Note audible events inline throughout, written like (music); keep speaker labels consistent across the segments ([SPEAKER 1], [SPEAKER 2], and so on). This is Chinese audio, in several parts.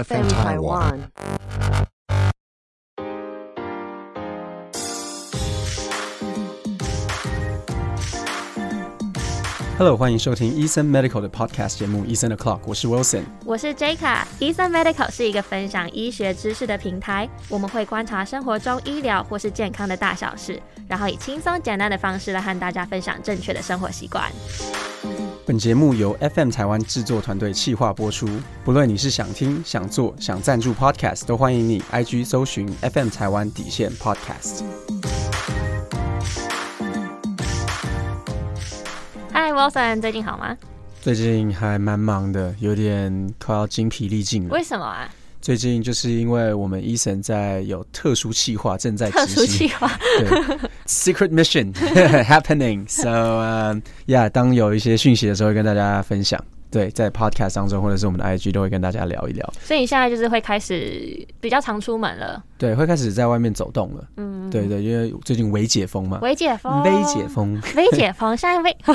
[SPEAKER 1] FM Taiwan。
[SPEAKER 2] Hello，欢迎收听医生 Medical 的 Podcast 节目《医生的 Clock》，我是 Wilson。
[SPEAKER 3] 我是 Jaka，医生 Medical 是一个分享医学知识的平台，我们会观察生活中医疗或是健康的大小事，然后以轻松简单的方式来和大家分享正确的生活习惯。
[SPEAKER 2] 本节目由 FM 台湾制作团队企划播出。不论你是想听、想做、想赞助 Podcast，都欢迎你 IG 搜寻 FM 台湾底线 Podcast。
[SPEAKER 3] 嗨，Wilson，最近好吗？
[SPEAKER 2] 最近还蛮忙的，有点快要精疲力尽了。
[SPEAKER 3] 为什么啊？
[SPEAKER 2] 最近就是因为我们医生在有特殊企划正在
[SPEAKER 3] 特殊
[SPEAKER 2] 执行
[SPEAKER 3] 计，划，
[SPEAKER 2] 对 (laughs) secret mission happening。So um, yeah，当有一些讯息的时候，会跟大家分享。对，在 podcast 当中或者是我们的 IG 都会跟大家聊一聊。
[SPEAKER 3] (laughs) 所以你现在就是会开始比较常出门了，
[SPEAKER 2] 对，会开始在外面走动了。
[SPEAKER 3] 嗯，
[SPEAKER 2] 对对，因为最近微解封嘛，
[SPEAKER 3] 微解封，
[SPEAKER 2] 啊微解。封，
[SPEAKER 3] 微解封，现在微 (laughs)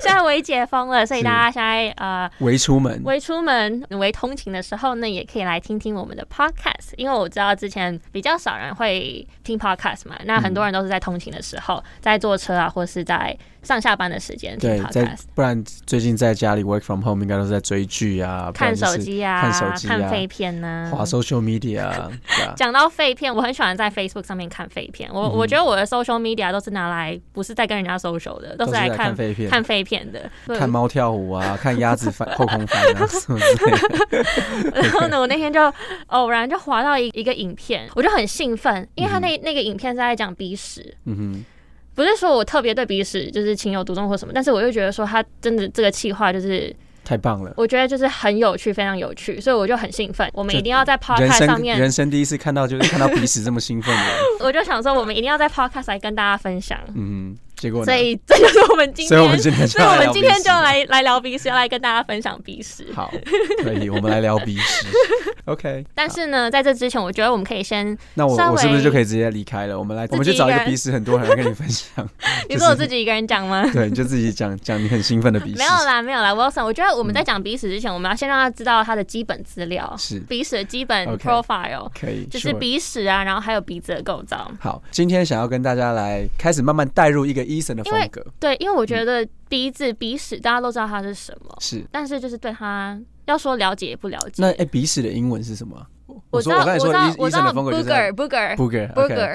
[SPEAKER 3] 现在微解封了，所以
[SPEAKER 2] 是
[SPEAKER 3] 大家现在呃
[SPEAKER 2] 微出
[SPEAKER 3] (laughs)
[SPEAKER 2] 门。
[SPEAKER 3] 为出门、为通勤的时候呢，也可以来听听我们的 podcast，因为我知道之前比较少人会听 podcast 嘛，那
[SPEAKER 2] 嗯
[SPEAKER 3] 很多人都是在通勤的时候，在坐车啊，或是在上下班的时间听
[SPEAKER 2] 对，在
[SPEAKER 3] podcast，
[SPEAKER 2] 不然最近在家里 work from home，应该都是在追剧啊，不然
[SPEAKER 3] 看
[SPEAKER 2] 就是
[SPEAKER 3] 手机啊，
[SPEAKER 2] 看手机啊，
[SPEAKER 3] 废片呢、
[SPEAKER 2] 滑 social media 啊。对
[SPEAKER 3] (laughs)
[SPEAKER 2] 啊嗯
[SPEAKER 3] 讲到废片，我很喜欢在 Facebook 上面看废片。我、我觉得我的 social media 都是拿来不是在跟人家 social 的，
[SPEAKER 2] 都
[SPEAKER 3] 都是
[SPEAKER 2] 是
[SPEAKER 3] 来
[SPEAKER 2] 来
[SPEAKER 3] 看
[SPEAKER 2] 看废片
[SPEAKER 3] 看废片的。对
[SPEAKER 2] 看猫跳舞啊，看鸭子
[SPEAKER 3] (laughs)
[SPEAKER 2] 翻后空翻啊，什么之类的。
[SPEAKER 3] 然
[SPEAKER 2] (laughs)
[SPEAKER 3] 后呢，我那天就偶然就滑到一一个影片，我就很兴奋，因为他那、那个影片是在讲鼻屎，
[SPEAKER 2] 嗯哼，
[SPEAKER 3] 不是说我特别对鼻屎就是情有独钟或什么，但是我就觉得说他真的这个企划就是
[SPEAKER 2] 太棒了。
[SPEAKER 3] 我觉得就是很有趣，非常有趣，所以我就很兴奋。我们
[SPEAKER 2] 这
[SPEAKER 3] 一定要在
[SPEAKER 2] 人
[SPEAKER 3] podcast 上
[SPEAKER 2] 生
[SPEAKER 3] 面，
[SPEAKER 2] 人生第一次看到就是看到彼此这么兴奋的人，
[SPEAKER 3] (laughs) 我就想说我们一定要在 podcast 来跟大家分享。
[SPEAKER 2] 嗯，结果呢
[SPEAKER 3] 所？以这就是我们今天，
[SPEAKER 2] 所以我们今天就
[SPEAKER 3] 所以我
[SPEAKER 2] 要
[SPEAKER 3] 们
[SPEAKER 2] 聊
[SPEAKER 3] 今天
[SPEAKER 2] 鼻屎
[SPEAKER 3] 就来来聊鼻屎，要来跟大家分享鼻屎。
[SPEAKER 2] 好，可以，我们来聊鼻
[SPEAKER 3] (laughs)
[SPEAKER 2] 屎。OK，
[SPEAKER 3] 但
[SPEAKER 2] 好
[SPEAKER 3] 是呢，在这之前，我觉得我们可以先，
[SPEAKER 2] 那我
[SPEAKER 3] 稍
[SPEAKER 2] 我是不是
[SPEAKER 3] 微
[SPEAKER 2] 就可以直接离开了？我们来，我
[SPEAKER 3] 自
[SPEAKER 2] 们
[SPEAKER 3] 己
[SPEAKER 2] 就
[SPEAKER 3] 一
[SPEAKER 2] 找一
[SPEAKER 3] 个
[SPEAKER 2] 个
[SPEAKER 3] 人
[SPEAKER 2] 鼻屎很多人来跟你分
[SPEAKER 3] (laughs)
[SPEAKER 2] 享。
[SPEAKER 3] 你
[SPEAKER 2] 就
[SPEAKER 3] 说我
[SPEAKER 2] 是
[SPEAKER 3] 自己一个人讲 (laughs) 吗？
[SPEAKER 2] 对，你就自己讲讲你很兴奋的鼻屎。
[SPEAKER 3] 没有啦，没有啦，Wilson，我觉得我们在讲鼻屎之前，我们要先让他知道他的基本资料，
[SPEAKER 2] 嗯是
[SPEAKER 3] 鼻屎的基本
[SPEAKER 2] OK
[SPEAKER 3] profile，、
[SPEAKER 2] 可以，
[SPEAKER 3] 就是
[SPEAKER 2] sure
[SPEAKER 3] 鼻屎啊，然后还有鼻子的构造。
[SPEAKER 2] 好，今天想要跟大家来开始慢慢带入一个医生的
[SPEAKER 3] 因为
[SPEAKER 2] 风格，
[SPEAKER 3] 对，因为我
[SPEAKER 2] 嗯
[SPEAKER 3] 觉得鼻子、鼻屎大家都知道它是什么，
[SPEAKER 2] 是。
[SPEAKER 3] 但是就是对它要说了解也不了解。
[SPEAKER 2] 那哎，鼻屎的英文是什么啊？我
[SPEAKER 3] 我
[SPEAKER 2] 我
[SPEAKER 3] 知
[SPEAKER 2] 说
[SPEAKER 3] 道，
[SPEAKER 2] 我刚才
[SPEAKER 3] 知
[SPEAKER 2] 说
[SPEAKER 3] 道，
[SPEAKER 2] 医
[SPEAKER 3] 我
[SPEAKER 2] 医
[SPEAKER 3] 知
[SPEAKER 2] 生
[SPEAKER 3] 道
[SPEAKER 2] 的风格就是
[SPEAKER 3] booger
[SPEAKER 2] booger
[SPEAKER 3] booger
[SPEAKER 2] OK
[SPEAKER 3] booger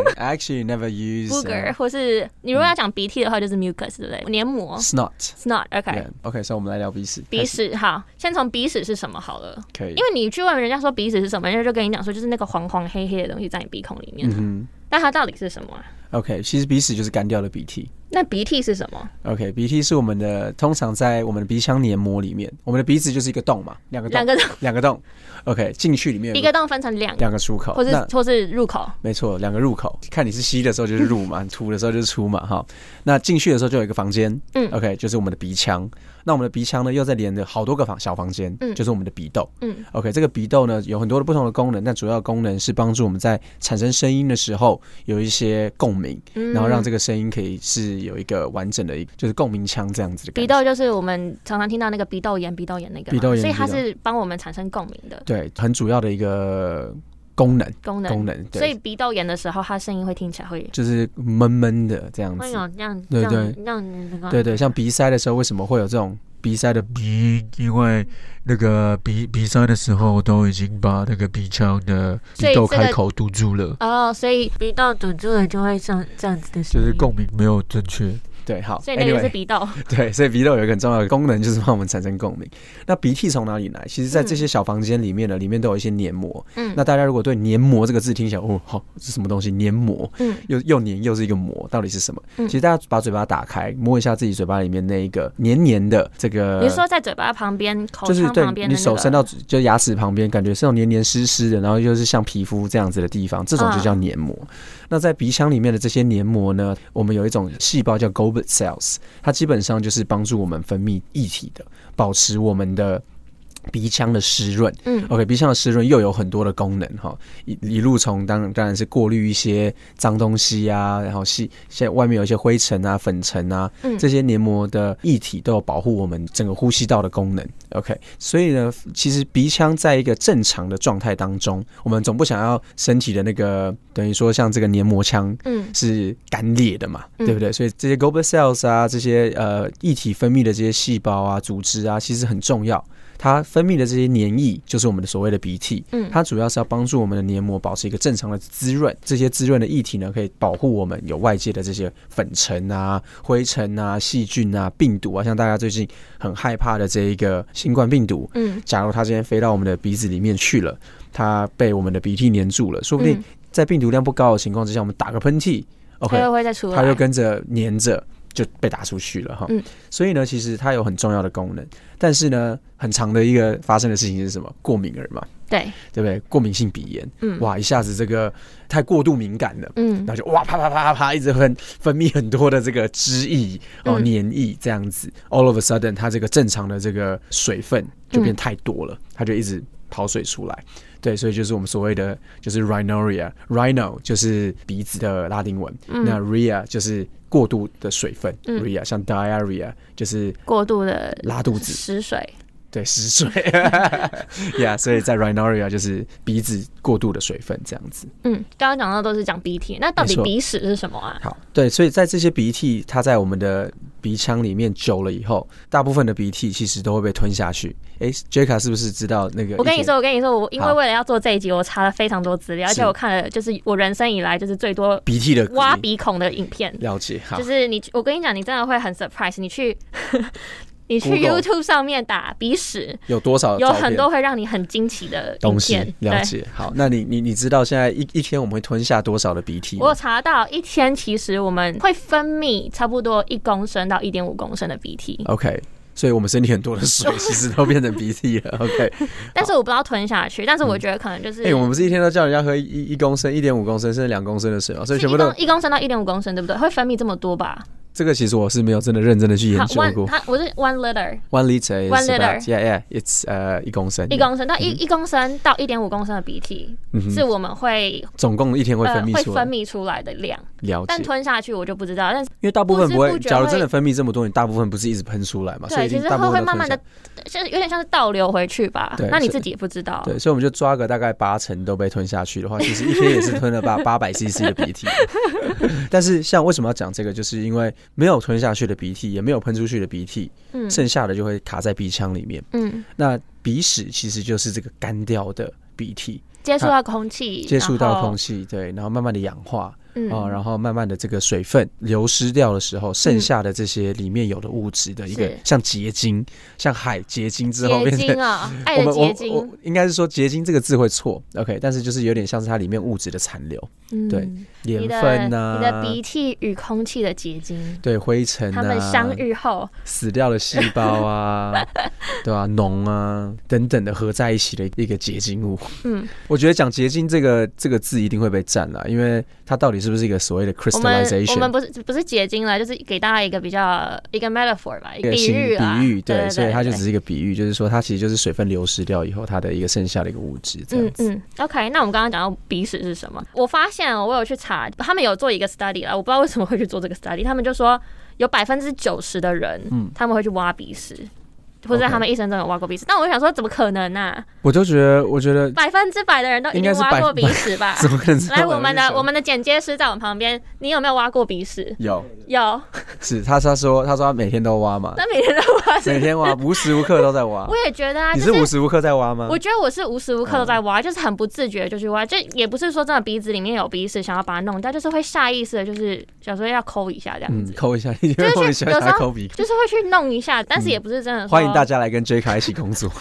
[SPEAKER 2] OK。I actually never use uh,
[SPEAKER 3] booger，或是你如
[SPEAKER 2] 嗯
[SPEAKER 3] 果要讲鼻涕的话，就是 mucus，对不对？黏膜
[SPEAKER 2] snot。
[SPEAKER 3] snot。OK，
[SPEAKER 2] Yeah, OK，所以我们来聊鼻屎。
[SPEAKER 3] 鼻
[SPEAKER 2] 开始
[SPEAKER 3] 屎好，先从鼻屎是什么好了。
[SPEAKER 2] 可以，
[SPEAKER 3] 因为你去问人家说鼻子是什么，人家就跟你讲说就是那个黄黄黑黑的东西在你鼻孔里面，
[SPEAKER 2] 嗯
[SPEAKER 3] 但它到底是什么、啊？
[SPEAKER 2] 哼，OK，其实鼻屎就是干掉的鼻涕。
[SPEAKER 3] 那鼻涕是什么？
[SPEAKER 2] OK，鼻涕是我们的，通常在我们的鼻腔黏膜里面，我们的鼻子就是一个洞嘛，两个洞，
[SPEAKER 3] 两个洞
[SPEAKER 2] 两个洞。OK，进去里面有
[SPEAKER 3] 一个洞分成两个，
[SPEAKER 2] 两个出口，
[SPEAKER 3] 或是
[SPEAKER 2] 那
[SPEAKER 3] 或是入口，
[SPEAKER 2] 没错，两个入口，看你是吸的时候就是入
[SPEAKER 3] (laughs)
[SPEAKER 2] 嘛，吐的时候就是出嘛，哈。那进去的时候就有一个房间，
[SPEAKER 3] 嗯
[SPEAKER 2] ，OK，就是我们的鼻腔。那我们的鼻腔呢，又在连着好多个房小房间，
[SPEAKER 3] 嗯
[SPEAKER 2] 就是我们的鼻窦，
[SPEAKER 3] 嗯
[SPEAKER 2] ，OK，这个鼻窦呢有很多的不同的功能，但主要功能是帮助我们在产生声音的时候有一些共鸣，
[SPEAKER 3] 嗯
[SPEAKER 2] 然后让这个声音可以是有一个完整的一个就是共鸣腔这样子的感
[SPEAKER 3] 鼻
[SPEAKER 2] 觉。
[SPEAKER 3] 窦就是我们常常听到那个鼻窦炎、鼻窦炎那个嘛，
[SPEAKER 2] 鼻窦炎
[SPEAKER 3] 所以它
[SPEAKER 2] 鼻窦
[SPEAKER 3] 是帮我们产生共鸣的
[SPEAKER 2] 对，很主要的一个功能，
[SPEAKER 3] 功能。
[SPEAKER 2] 功能，对，
[SPEAKER 3] 所以鼻窦炎的时候，它声音会听起来会
[SPEAKER 2] 就是闷闷的这样子
[SPEAKER 3] 会。有哎这样这
[SPEAKER 2] 嗯对
[SPEAKER 3] 样
[SPEAKER 2] 对
[SPEAKER 3] 这样
[SPEAKER 2] 对对，像鼻塞的时候，为什么会有这种鼻塞的
[SPEAKER 4] 鼻，因为那个鼻鼻塞的时候都已经把那个鼻腔的
[SPEAKER 3] 所以
[SPEAKER 4] 鼻窦
[SPEAKER 3] 这个
[SPEAKER 4] 开口堵住了，
[SPEAKER 3] 哦，所以鼻窦堵住了就会像这样子的
[SPEAKER 4] 就
[SPEAKER 3] 声音，
[SPEAKER 4] 是共鸣没有正确。
[SPEAKER 2] 对好？
[SPEAKER 3] 所以那个就是
[SPEAKER 2] anyway,
[SPEAKER 3] 鼻窦。
[SPEAKER 2] (laughs) 对，所以鼻窦有一个很重要的功能，就是帮我们产生共鸣。那鼻涕从哪里来？其实，在这些小房间里面呢，里面都有一些黏膜。
[SPEAKER 3] 嗯
[SPEAKER 2] 那大家如果对黏膜这个字听起来，哦，好，这是什么东西？黏膜，
[SPEAKER 3] 嗯
[SPEAKER 2] 又又黏又是一个膜，到底是什么？
[SPEAKER 3] 嗯
[SPEAKER 2] 其实大家把嘴巴打开，摸一下自己嘴巴里面那一个黏黏的这个，
[SPEAKER 3] 你是说在嘴巴旁边、口
[SPEAKER 2] 就是
[SPEAKER 3] 腔
[SPEAKER 2] 对
[SPEAKER 3] 旁边的
[SPEAKER 2] 你
[SPEAKER 3] 那
[SPEAKER 2] 手
[SPEAKER 3] 个
[SPEAKER 2] 伸到嘴就牙齿旁边，感觉是那种黏黏湿湿的，然后又是像皮肤这样子的地方，这种就
[SPEAKER 3] 嗯
[SPEAKER 2] 叫黏膜。那在鼻腔里面的这些黏膜呢，我们有一种细胞叫 Goblet cells，它基本上就是帮助我们分泌液体的，保持我们的。鼻腔的湿润。
[SPEAKER 3] 嗯
[SPEAKER 2] OK，鼻腔的湿润又有很多的功能哈，一一路从当当然是过滤一些脏东西啊，然后细现在外面有一些灰尘啊、粉尘啊，
[SPEAKER 3] 嗯
[SPEAKER 2] 这些黏膜的液体都有保护我们整个呼吸道的功能。OK，所以呢，其实鼻腔在一个正常的状态当中，我们总不想要身体的那个等于说像这个黏膜腔
[SPEAKER 3] 嗯
[SPEAKER 2] 是干裂的嘛，
[SPEAKER 3] 嗯
[SPEAKER 2] 对不对？所以这些 goblet cells 啊，这些呃液体分泌的这些细胞啊、组织啊，其实很重要。它分泌的这些黏液就是我们的所谓的鼻涕，
[SPEAKER 3] 嗯
[SPEAKER 2] 它主要是要帮助我们的黏膜保持一个正常的滋润。这些滋润的液体呢，可以保护我们有外界的这些粉尘啊、灰尘啊、细菌啊、病毒啊，像大家最近很害怕的这一个新冠病毒，
[SPEAKER 3] 嗯
[SPEAKER 2] 假如它今天飞到我们的鼻子里面去了，它被我们的鼻涕黏住了，说不定
[SPEAKER 3] 嗯
[SPEAKER 2] 在病毒量不高的情况之下，我们打个喷嚏
[SPEAKER 3] 它
[SPEAKER 2] ，OK，
[SPEAKER 3] 又会再出来，
[SPEAKER 2] 它就跟着黏着就被打出去了哈。
[SPEAKER 3] 嗯
[SPEAKER 2] 所以呢，其实它有很重要的功能，但是呢，很长的一个发生的事情是什么？过敏儿嘛，
[SPEAKER 3] 对，
[SPEAKER 2] 对不对？过敏性鼻炎，
[SPEAKER 3] 嗯
[SPEAKER 2] 哇，一下子这个太过度敏感了。
[SPEAKER 3] 嗯
[SPEAKER 2] 然后就哇啪啪啪啪啪，一直分分泌很多的这个汁液哦
[SPEAKER 3] 嗯
[SPEAKER 2] 黏液这样子、a l l of a sudden，它这个正常的这个水分就变
[SPEAKER 3] 嗯
[SPEAKER 2] 太多了，它就一直跑水出来。对，所以就是我们所谓的就是 rhinorrhea，rhino 就是鼻子的拉丁文，
[SPEAKER 3] 嗯
[SPEAKER 2] 那 ria 就是过度的水分、
[SPEAKER 3] 嗯
[SPEAKER 2] r i a 像 diarrhea 就是
[SPEAKER 3] 过度的
[SPEAKER 2] 拉肚
[SPEAKER 3] (laughs)
[SPEAKER 2] 子
[SPEAKER 3] 失水，
[SPEAKER 2] 对，湿水 (laughs) ，yeah，所以在 rhinorrhea 就是鼻子过度的水分这样子。
[SPEAKER 3] 嗯，刚刚讲到都是讲鼻涕，那到
[SPEAKER 2] 没
[SPEAKER 3] 底
[SPEAKER 2] 错
[SPEAKER 3] 鼻屎是什么啊？
[SPEAKER 2] 好，对，所以在这些鼻涕，它在我们的鼻腔里面久了以后，大部分的鼻涕其实都会被吞下去。诶 j e c a 是不是知道那个？
[SPEAKER 3] 我跟你说，，我跟你说，我因为
[SPEAKER 2] 好
[SPEAKER 3] 为了要做这一集，我查了非常多资料，而且
[SPEAKER 2] 是
[SPEAKER 3] 我看了就是我人生以来就是最多
[SPEAKER 2] 鼻涕的
[SPEAKER 3] 挖鼻孔的影片，
[SPEAKER 2] 了解，好
[SPEAKER 3] 就，是你去，我跟你讲，你真的会很 surprise，你去。你去
[SPEAKER 2] Google
[SPEAKER 3] YouTube 上面打鼻屎，
[SPEAKER 2] 有多少
[SPEAKER 3] 有
[SPEAKER 2] 照片
[SPEAKER 3] 很多会让你很惊奇的影
[SPEAKER 2] 东西
[SPEAKER 3] 片。对
[SPEAKER 2] 了，解？好，那你你你知道现在一一天我们会吞下多少的鼻涕吗？
[SPEAKER 3] 我有查到一天其实我们会分泌差不多一公升到一点五公升的鼻涕，
[SPEAKER 2] OK，所以我们身体很多的水其实都变成鼻涕
[SPEAKER 3] (laughs)
[SPEAKER 2] 了。OK，
[SPEAKER 3] 但是我不知道吞下去，但是我觉得可能就是
[SPEAKER 2] 哎、我们不是一天都叫人家喝一一一公升、一点五公升甚至两公升的水哦吗？所以
[SPEAKER 3] 是
[SPEAKER 2] 全
[SPEAKER 3] 一
[SPEAKER 2] 部都
[SPEAKER 3] 公一公升到一点五公升，对不对？会分泌这么多吧？
[SPEAKER 2] 这个其实我是没有真的认真的去研
[SPEAKER 3] 它
[SPEAKER 2] 究
[SPEAKER 3] one
[SPEAKER 2] 过。
[SPEAKER 3] 它我是 one liter
[SPEAKER 2] One liter is
[SPEAKER 3] One liter.
[SPEAKER 2] about yeah yeah it's 呃、一公升，
[SPEAKER 3] 一公升到一一公升到一点五公升的鼻涕，
[SPEAKER 2] 嗯哼
[SPEAKER 3] 是我们会
[SPEAKER 2] 总共一天会
[SPEAKER 3] 呃
[SPEAKER 2] 分
[SPEAKER 3] 会
[SPEAKER 2] 泌出来，
[SPEAKER 3] 分泌出来的量，
[SPEAKER 2] 了解
[SPEAKER 3] 但，吞下去我就不知道。但是
[SPEAKER 2] 因为大部分不
[SPEAKER 3] 不
[SPEAKER 2] 会，
[SPEAKER 3] 知不觉
[SPEAKER 2] 假如
[SPEAKER 3] 会
[SPEAKER 2] 真的分泌这么多，你大部分不是一直喷出来嘛，所以
[SPEAKER 3] 对，
[SPEAKER 2] 一
[SPEAKER 3] 其
[SPEAKER 2] 定
[SPEAKER 3] 实
[SPEAKER 2] 大
[SPEAKER 3] 会
[SPEAKER 2] 部
[SPEAKER 3] 会
[SPEAKER 2] 分都
[SPEAKER 3] 慢慢
[SPEAKER 2] 吞
[SPEAKER 3] 的
[SPEAKER 2] 下，
[SPEAKER 3] 就是有点像是倒流回去吧
[SPEAKER 2] 对。
[SPEAKER 3] 那你
[SPEAKER 2] 是
[SPEAKER 3] 自己也不知道。
[SPEAKER 2] 对，所以我们就抓个大概八成都被吞下去的话，其实一天也是
[SPEAKER 3] (laughs)
[SPEAKER 2] 吞了八八百 CC 的鼻涕。但是像为什么要讲这个，就是因为没有吞下去的鼻涕，也没有喷出去的鼻涕，
[SPEAKER 3] 嗯
[SPEAKER 2] 剩下的就会卡在鼻腔里面。
[SPEAKER 3] 嗯，
[SPEAKER 2] 那鼻屎其实就是这个干掉的鼻涕，
[SPEAKER 3] 接触到空气，
[SPEAKER 2] 啊接触到空
[SPEAKER 3] 气，
[SPEAKER 2] 气，对，然后慢慢的氧化，哦，
[SPEAKER 3] 嗯，
[SPEAKER 2] 然后慢慢的这个水分流失掉的时候，剩下的这些里面有的物质的一个
[SPEAKER 3] 是
[SPEAKER 2] 像结晶，像海结晶之后
[SPEAKER 3] 结
[SPEAKER 2] 变
[SPEAKER 3] 晶
[SPEAKER 2] 成。
[SPEAKER 3] 啊，爱
[SPEAKER 2] 我
[SPEAKER 3] 的
[SPEAKER 2] 们
[SPEAKER 3] 结
[SPEAKER 2] 我
[SPEAKER 3] 晶
[SPEAKER 2] 我，应该是说结晶这个字会错，OK，但是就是有点像是它里面物质的残留，
[SPEAKER 3] 嗯
[SPEAKER 2] 对盐
[SPEAKER 3] 你的
[SPEAKER 2] 分啊呐、
[SPEAKER 3] 你的鼻涕与空气的结晶，
[SPEAKER 2] 对灰尘
[SPEAKER 3] 它们
[SPEAKER 2] 啊
[SPEAKER 3] 相，遇后，
[SPEAKER 2] 死掉的细胞
[SPEAKER 3] (laughs)
[SPEAKER 2] 啊，对啊，脓啊等等的合在一起的一个结晶物。
[SPEAKER 3] 嗯，
[SPEAKER 2] (laughs) 我觉得讲结晶这个这个字一定会被占了，因为它到底是不是一个所谓的
[SPEAKER 3] 我们我
[SPEAKER 2] crystallization？
[SPEAKER 3] 们不是不是结晶了，就是给大家一个比较一个 metaphor 吧，
[SPEAKER 2] 一个
[SPEAKER 3] 比
[SPEAKER 2] 形
[SPEAKER 3] 喻啊，
[SPEAKER 2] 比喻对，
[SPEAKER 3] 对，
[SPEAKER 2] 所以它就
[SPEAKER 3] 对
[SPEAKER 2] 只是一个比喻，就是说它其实就是水分流失掉以后，它的一个剩下的一个物质这
[SPEAKER 3] 嗯
[SPEAKER 2] 样子。
[SPEAKER 3] 嗯，OK，那我们刚刚讲到鼻屎是什么？我发现哦我有去查，他们有做一个 study 啦，我不知道为什么会去做这个 study，他们就说有百分之九十的人，
[SPEAKER 2] 嗯
[SPEAKER 3] 他们会去挖鼻屎，或者
[SPEAKER 2] OK
[SPEAKER 3] 他们一生中有挖过鼻屎。但我就想说，怎么可能呢、啊？
[SPEAKER 2] 我就觉得，我觉得
[SPEAKER 3] 百分之百的人都一
[SPEAKER 2] 嗯应
[SPEAKER 3] 定
[SPEAKER 2] 该是
[SPEAKER 3] 挖
[SPEAKER 2] 百？
[SPEAKER 3] 过鼻屎吧
[SPEAKER 2] (laughs) 怎么可能知道
[SPEAKER 3] 来，我们的
[SPEAKER 2] 90%
[SPEAKER 3] 我们的剪接师在我旁边，你有没有挖过鼻屎？
[SPEAKER 2] 有
[SPEAKER 3] 有，
[SPEAKER 2] 是他他说他说他每天都挖嘛，
[SPEAKER 3] 那每天都挖
[SPEAKER 2] 每
[SPEAKER 3] 是。
[SPEAKER 2] 天挖，无时无刻都在挖
[SPEAKER 3] 我。也觉得啊，
[SPEAKER 2] 你
[SPEAKER 3] 就是
[SPEAKER 2] 是无时无刻在挖吗
[SPEAKER 3] 我？觉得我是无时无刻
[SPEAKER 2] 嗯
[SPEAKER 3] 都在挖，就是很不自觉就去挖，就也不是说真的鼻子里面有鼻屎想要把它弄掉，就是会下意识的，就是想说要抠一下这样
[SPEAKER 2] 嗯
[SPEAKER 3] 子，，
[SPEAKER 2] 抠一下，因
[SPEAKER 3] 就
[SPEAKER 2] 为
[SPEAKER 3] 是
[SPEAKER 2] 我很喜欢
[SPEAKER 3] 有时
[SPEAKER 2] 他
[SPEAKER 3] 候
[SPEAKER 2] 抠鼻孔。
[SPEAKER 3] (laughs) 就是会去弄一下，但是也不是真的说。
[SPEAKER 2] 嗯欢迎大家来跟 J 卡一起工作。 (laughs)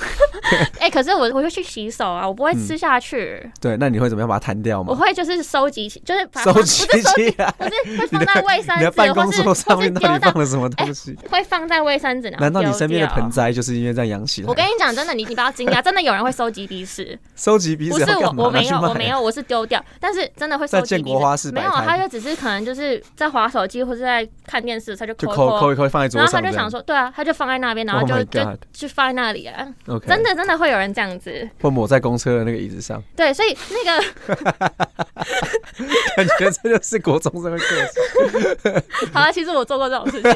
[SPEAKER 3] 哎、可是我我会去洗手啊，我不会吃下去，
[SPEAKER 2] 对，那你会怎嗯么样把它弹掉
[SPEAKER 3] 我
[SPEAKER 2] 吗？
[SPEAKER 3] 会就是收集起，就是把它
[SPEAKER 2] 收集
[SPEAKER 3] 不是收集， (laughs)
[SPEAKER 2] 起来。 (laughs)
[SPEAKER 3] 不是会
[SPEAKER 2] 你
[SPEAKER 3] 放
[SPEAKER 2] 的
[SPEAKER 3] 在卫生
[SPEAKER 2] 你的办
[SPEAKER 3] 纸，或
[SPEAKER 2] 公
[SPEAKER 3] 是
[SPEAKER 2] 桌上面
[SPEAKER 3] 或
[SPEAKER 2] 到
[SPEAKER 3] 是
[SPEAKER 2] 底
[SPEAKER 3] 丢
[SPEAKER 2] 放
[SPEAKER 3] 到
[SPEAKER 2] 了什么东西？
[SPEAKER 3] 会放在卫生纸，然后
[SPEAKER 2] 难道你
[SPEAKER 3] 丢
[SPEAKER 2] 身边的
[SPEAKER 3] 掉
[SPEAKER 2] 盆？栽就是因为这样养起来？
[SPEAKER 3] 我跟你讲，真的，你你不要惊讶，真的有人会收集鼻屎，
[SPEAKER 2] 收集鼻
[SPEAKER 3] 不
[SPEAKER 2] 子
[SPEAKER 3] 是
[SPEAKER 2] 要
[SPEAKER 3] 我
[SPEAKER 2] 干，嘛？
[SPEAKER 3] 我没有，
[SPEAKER 2] 拿去卖
[SPEAKER 3] 我没有，我是丢掉。但是真的会收
[SPEAKER 2] 在
[SPEAKER 3] 集
[SPEAKER 2] 建
[SPEAKER 3] 鼻
[SPEAKER 2] 国
[SPEAKER 3] 子
[SPEAKER 2] 花市
[SPEAKER 3] 没
[SPEAKER 2] 摆
[SPEAKER 3] 有，
[SPEAKER 2] 摊
[SPEAKER 3] 他就只是可能就是在划手机或是在看电视，他就
[SPEAKER 2] 就
[SPEAKER 3] 抠一
[SPEAKER 2] 抠抠一抠放在
[SPEAKER 3] 然
[SPEAKER 2] 桌
[SPEAKER 3] 后他
[SPEAKER 2] 上这样。
[SPEAKER 3] 就想说，对啊，他就放在那边，然后
[SPEAKER 2] Oh
[SPEAKER 3] 就
[SPEAKER 2] my
[SPEAKER 3] 就
[SPEAKER 2] God
[SPEAKER 3] 就放在那里啊，
[SPEAKER 2] ，OK，
[SPEAKER 3] 真的真真的会有人这样子。
[SPEAKER 2] 会抹在公车的那个椅子上，
[SPEAKER 3] 对，所以那个
[SPEAKER 2] 感觉这就是国中生的课程。
[SPEAKER 3] 好了，其实我做过这种事情。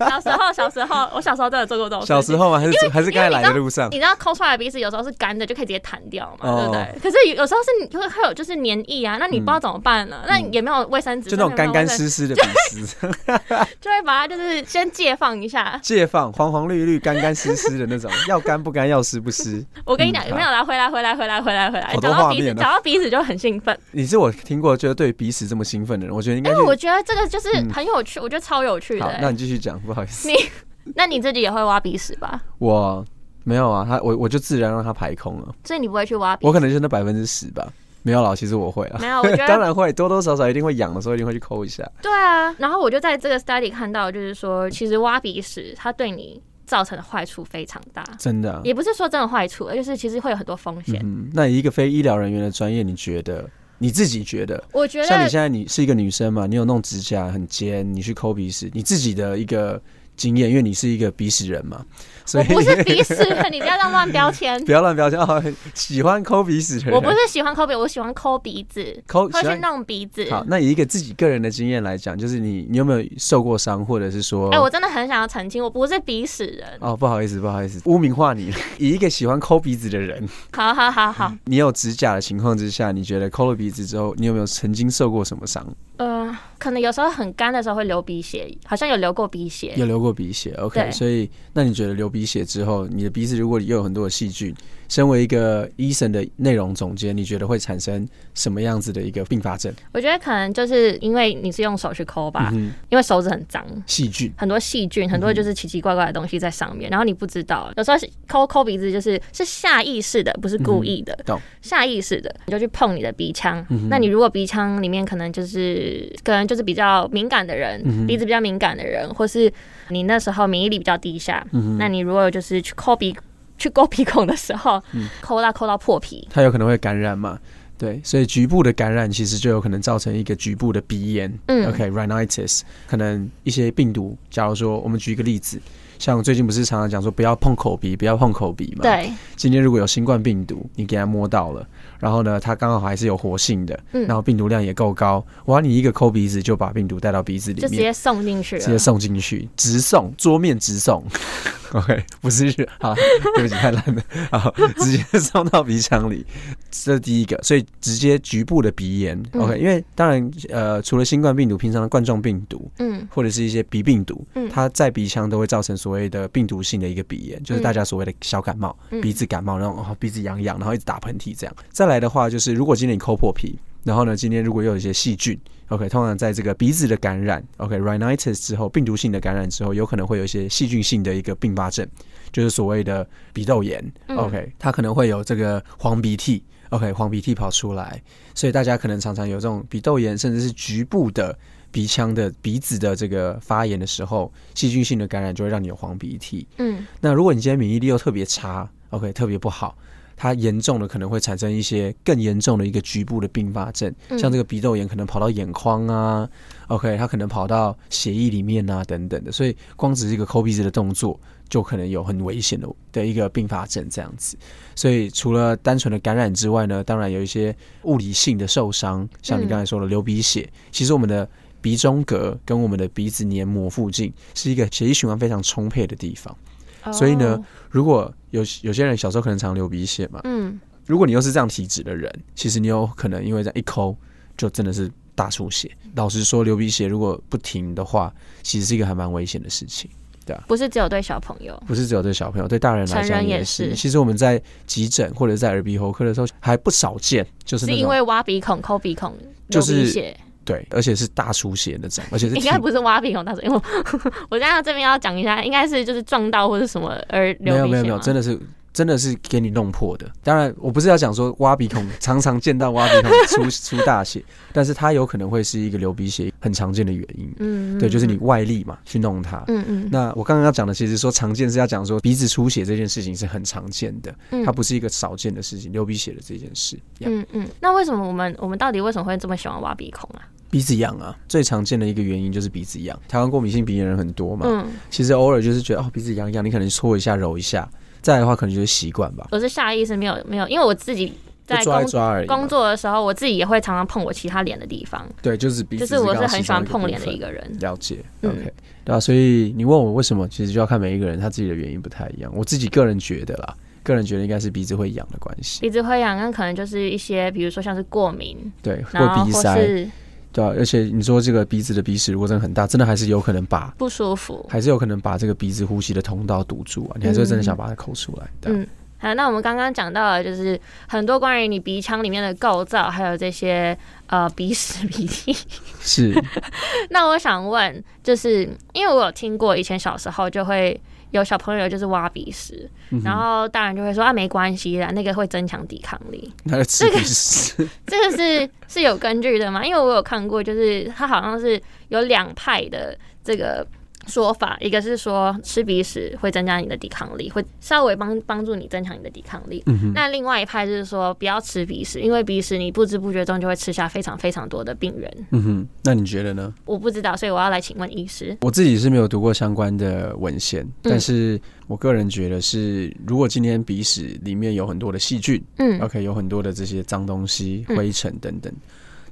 [SPEAKER 3] 小时候，小时候，我小时候都有做过这种事情。
[SPEAKER 2] 小时候吗？还是还是刚才来的路上
[SPEAKER 3] 你？知道抠出来的鼻子有时候是干的，就可以直接弹掉嘛，
[SPEAKER 2] 哦嗯
[SPEAKER 3] 对不对？可是有有时候是你会会有就是黏液啊，那你不知道怎么办呢？那也没有卫生纸，
[SPEAKER 2] 就那种
[SPEAKER 3] 真的没
[SPEAKER 2] 干
[SPEAKER 3] 有
[SPEAKER 2] 干
[SPEAKER 3] 卫生纸，
[SPEAKER 2] 湿湿的鼻屎，
[SPEAKER 3] 就会把它就是先借放一下。
[SPEAKER 2] (laughs) 借放黄黄绿绿、干干湿湿的那种，要干不干，要湿不湿。
[SPEAKER 3] 我跟你讲，
[SPEAKER 2] 嗯
[SPEAKER 3] 有没有啦？回来，回来，回来，回来，回来
[SPEAKER 2] 好。多
[SPEAKER 3] 讲到
[SPEAKER 2] 画
[SPEAKER 3] 鼻子，
[SPEAKER 2] 面啊
[SPEAKER 3] 讲到鼻子就很兴 (laughs) 奋，
[SPEAKER 2] 你是我听过觉得对鼻屎这么兴奋的人，我觉得应
[SPEAKER 3] 因
[SPEAKER 2] 该去。
[SPEAKER 3] 哎为我觉得这个就是
[SPEAKER 2] 嗯
[SPEAKER 3] 很有趣，我觉得欸超有趣的、
[SPEAKER 2] 好，那你继续讲，不好意思，
[SPEAKER 3] 你那你自己也会挖鼻屎吧？
[SPEAKER 2] 我没有啊，他我我就自然让他排空了，
[SPEAKER 3] 所以你不会去挖鼻
[SPEAKER 2] 我可能就那百分之十吧。没有啦，其实我会啊，
[SPEAKER 3] 没有我觉
[SPEAKER 2] (laughs)
[SPEAKER 3] 得
[SPEAKER 2] 当然会，多多少少一定会痒的时候一定会去抠一下。
[SPEAKER 3] 对啊，然后我就在这个 study 看到，就是说，其实挖鼻屎它对你造成的坏处非常大，
[SPEAKER 2] 真的、啊。
[SPEAKER 3] 也不是说真的坏处，而就是其实会有很多风险。
[SPEAKER 2] 嗯，那以一个非医疗人员的专业，你觉得你自己觉得？
[SPEAKER 3] 我觉
[SPEAKER 2] 像
[SPEAKER 3] 得
[SPEAKER 2] 你现在你是一个女生嘛，你有弄指甲很尖，你去抠鼻屎，你自己的一个经验，因为你是一个鼻屎人嘛，所
[SPEAKER 3] 我
[SPEAKER 2] 以 (laughs)。
[SPEAKER 3] 不是鼻屎， (laughs) 你不要这样乱标签
[SPEAKER 2] 不要乱标签哦。喜欢抠鼻屎的人，
[SPEAKER 3] 我不是喜欢抠鼻，我喜欢抠鼻子，
[SPEAKER 2] 抠
[SPEAKER 3] 会
[SPEAKER 2] 喜
[SPEAKER 3] 去
[SPEAKER 2] 欢。
[SPEAKER 3] 弄鼻子。
[SPEAKER 2] 好，那以一个自己个人的经验来讲，就是你你有没有受过伤，或者是说，
[SPEAKER 3] 哎、我真的很想要澄清，我不是鼻屎人。
[SPEAKER 2] 哦，不好意思，不好意思，污名化你了。 (laughs) 以一个喜欢抠鼻子的人，
[SPEAKER 3] 好好好好，
[SPEAKER 2] 你有指甲的情况之下，你觉得抠了鼻子之后，你有没有曾经受过什么伤？
[SPEAKER 3] 呃，可能有时候很干的时候会流鼻血，好像有流过鼻血。
[SPEAKER 2] 有流过鼻血，OK，
[SPEAKER 3] 对
[SPEAKER 2] 所以那你觉得流鼻血之后，你的鼻子如果又有很多的细菌，身为一个医生的内容总监，你觉得会产生什么样子的一个并发症？
[SPEAKER 3] 我觉得可能就是因为你是用手去抠吧，
[SPEAKER 2] 嗯哼，
[SPEAKER 3] 因为手指很脏，
[SPEAKER 2] 细菌
[SPEAKER 3] 很多细
[SPEAKER 2] 嗯
[SPEAKER 3] 菌，很多就是奇奇怪怪的东西在上面，然后你不知道，有时候是抠抠鼻子就是是下意识的，不是故意的，
[SPEAKER 2] 嗯懂嗯
[SPEAKER 3] 下意识的你就去碰你的鼻腔。那你如果鼻腔里面可能就是可能就是比较敏感的人，
[SPEAKER 2] 嗯
[SPEAKER 3] 鼻子比较敏感的人，或是你那时候免疫力比较低下，
[SPEAKER 2] 嗯
[SPEAKER 3] 那你如果就是去抠鼻 (laughs) 去抠鼻孔的时候，
[SPEAKER 2] 嗯
[SPEAKER 3] 抠到抠到破皮，
[SPEAKER 2] 它有可能会感染嘛？对，所以局部的感染其实就有可能造成一个局部的鼻炎、
[SPEAKER 3] 嗯
[SPEAKER 2] o k rhinitis，可能一些病毒，假如说我们举一个例子，像最近不是常常讲说不要碰口鼻，不要碰口鼻嘛？。
[SPEAKER 3] 对，
[SPEAKER 2] 今天如果有新冠病毒，你给它摸到了，然后呢，它刚好还是有活性的，
[SPEAKER 3] 嗯
[SPEAKER 2] 然后病毒量也够高，哇，你一个抠鼻子就把病毒带到鼻子里
[SPEAKER 3] 就直
[SPEAKER 2] 面，
[SPEAKER 3] 接啊送进去
[SPEAKER 2] 直接
[SPEAKER 3] 了。
[SPEAKER 2] 送进去，直送，桌面直送。OK，不是啊， (laughs) 对不起，太烂了，好，直接送到鼻腔里，这是第一个，所以直接局部的鼻炎。OK，、因
[SPEAKER 3] 嗯
[SPEAKER 2] 为当然，呃，除了新冠病毒，平常的冠状病毒，
[SPEAKER 3] 嗯，
[SPEAKER 2] 或者是一些鼻病毒，
[SPEAKER 3] 嗯
[SPEAKER 2] 它在鼻腔都会造成所谓的病毒性的一个鼻炎，就是大家所谓的小感冒，
[SPEAKER 3] 嗯
[SPEAKER 2] 鼻子感冒，然后、哦鼻子痒痒，然后一直打喷嚏这样。再来的话，就是如果今天你抠破皮，然后呢，今天如果又有一些细菌，OK，通常在这个鼻子的感染，OK，rhinitis 之后，病毒性的感染之后，有可能会有一些细菌性的一个并发症，就是所谓的鼻窦炎、
[SPEAKER 3] 嗯
[SPEAKER 2] o k 它可能会有这个黄鼻涕。OK，黄鼻涕跑出来，所以大家可能常常有这种鼻窦炎，甚至是局部的鼻腔的鼻子的这个发炎的时候，细菌性的感染就会让你有黄鼻涕。
[SPEAKER 3] 嗯，
[SPEAKER 2] 那如果你今天免疫力又特别差，OK，特别不好，它严重的可能会产生一些更严重的一个局部的并发症，
[SPEAKER 3] 嗯
[SPEAKER 2] 像这个鼻窦炎可能跑到眼眶啊，OK，它可能跑到血液里面啊等等的，所以光只是一个抠鼻子的动作，就可能有很危险的的一个并发症这样子。所以除了单纯的感染之外呢，当然有一些物理性的受伤，像你
[SPEAKER 3] 嗯
[SPEAKER 2] 刚才说的流鼻血，其实我们的。鼻中隔跟我们的鼻子黏膜附近是一个血液循环非常充沛的地方，所以呢
[SPEAKER 3] 哦，
[SPEAKER 2] 如果有有些人小时候可能常流鼻血嘛，
[SPEAKER 3] (laughs) 嗯，
[SPEAKER 2] 如果你又是这样体质的人，其实你有可能因为这样一抠，就真的是大出血。老实说，流鼻血如果不停的话，其实是一个还蛮危险的事情。
[SPEAKER 3] 不是只有对小朋友，
[SPEAKER 2] 不是只有对小朋友，对大人来
[SPEAKER 3] 成
[SPEAKER 2] 讲
[SPEAKER 3] 人也
[SPEAKER 2] 是。
[SPEAKER 3] 是
[SPEAKER 2] 其实我们在急诊或者在耳鼻喉科的时候还不少见，就是
[SPEAKER 3] 是
[SPEAKER 2] 那
[SPEAKER 3] 因
[SPEAKER 2] 种
[SPEAKER 3] 为挖鼻孔、抠鼻孔、
[SPEAKER 2] 就
[SPEAKER 3] 流
[SPEAKER 2] 是
[SPEAKER 3] 鼻血，
[SPEAKER 2] 对，而且是大出血那种，而且是
[SPEAKER 3] (laughs) 应该
[SPEAKER 2] 挺
[SPEAKER 3] 不是挖鼻孔大水，因为 (laughs) 我我现在这边要讲一下，应该是就是撞到或者什么而
[SPEAKER 2] 没
[SPEAKER 3] 流
[SPEAKER 2] 有
[SPEAKER 3] 鼻血
[SPEAKER 2] 没有没有，真的是真的是给你弄破的。当然，我不是要讲说挖鼻孔，常常见到挖鼻孔 (laughs) 出出大血，但是它有可能会是一个流鼻血很常见的原因。
[SPEAKER 3] 嗯，嗯
[SPEAKER 2] 对，就是你，外力嘛去弄它。
[SPEAKER 3] 嗯嗯
[SPEAKER 2] 那我刚刚要讲的，其实说常见是要讲说鼻子出血这件事情是很常见的，
[SPEAKER 3] 嗯，
[SPEAKER 2] 它不是一个少见的事情，流鼻血的这件事。Yeah
[SPEAKER 3] 嗯嗯，那为什么我们我们到底为什么会这么喜欢挖鼻孔啊？
[SPEAKER 2] 鼻子痒啊，最常见的一个原因就是鼻子痒。台湾过敏性鼻炎人很多嘛，
[SPEAKER 3] 嗯
[SPEAKER 2] 其实偶尔就是觉得哦鼻子痒痒，你可能搓一下揉一下，再来的话，可能就是习惯吧，
[SPEAKER 3] 我是下意识没有没有，因为我自己在
[SPEAKER 2] 就
[SPEAKER 3] 工
[SPEAKER 2] 抓一抓而已嘛。
[SPEAKER 3] 工作的时候，我自己也会常常碰我其他脸的地方，
[SPEAKER 2] 对，就是鼻
[SPEAKER 3] 就
[SPEAKER 2] 子
[SPEAKER 3] 是我
[SPEAKER 2] 刚
[SPEAKER 3] 是
[SPEAKER 2] 刚
[SPEAKER 3] 很
[SPEAKER 2] 其
[SPEAKER 3] 喜欢
[SPEAKER 2] 中
[SPEAKER 3] 碰
[SPEAKER 2] 部
[SPEAKER 3] 脸的
[SPEAKER 2] 分
[SPEAKER 3] 一个人。
[SPEAKER 2] 了解、
[SPEAKER 3] 嗯
[SPEAKER 2] o k 对啊，所以你问我为什么，其实就要看每一个人他自己的原因不太一样。我自己个人觉得啦，个人觉得应该是鼻子会痒的关系，
[SPEAKER 3] 鼻子会痒，那可能就是一些，比如说像是过敏，
[SPEAKER 2] 对，
[SPEAKER 3] 然后
[SPEAKER 2] 或鼻
[SPEAKER 3] 或
[SPEAKER 2] 塞，
[SPEAKER 3] 是
[SPEAKER 2] 对、啊，而且你说这个鼻子的鼻屎如果真的很大，真的还是有可能把，
[SPEAKER 3] 不舒服。
[SPEAKER 2] 还是有可能把这个鼻子呼吸的通道堵住啊，你还是会真的想把它抠出来。对啊、
[SPEAKER 3] 嗯好，那我们刚刚讲到的就是很多关于你鼻腔里面的构造，还有这些呃鼻屎、鼻涕。 (laughs)
[SPEAKER 2] 是
[SPEAKER 3] 那我想问，就是因为我有听过以前小时候就会有小朋友就是挖鼻屎，然后大人就会说啊没关系啦，那个会增强抵抗力。
[SPEAKER 2] 那个吃鼻
[SPEAKER 3] (laughs)
[SPEAKER 2] 屎，
[SPEAKER 3] 这个是是有根据的吗？因为我有看过，就是它好像是有两派的这个说法，一个是说吃鼻屎会增加你的抵抗力，会稍微帮帮助你增强你的抵抗力。那另外一派就是说不要吃鼻屎，因为鼻屎你不知不觉中就会吃下非常非常多的病人。
[SPEAKER 2] 嗯哼，那你觉得呢？
[SPEAKER 3] 我不知道，所以我要来请问医师。
[SPEAKER 2] 我自己是没有读过相关的文献，
[SPEAKER 3] 嗯
[SPEAKER 2] 但是我个人觉得是，如果今天鼻屎里面有很多的细菌、
[SPEAKER 3] 嗯
[SPEAKER 2] o k 有很多的这些脏东西、
[SPEAKER 3] 嗯
[SPEAKER 2] 灰尘等等，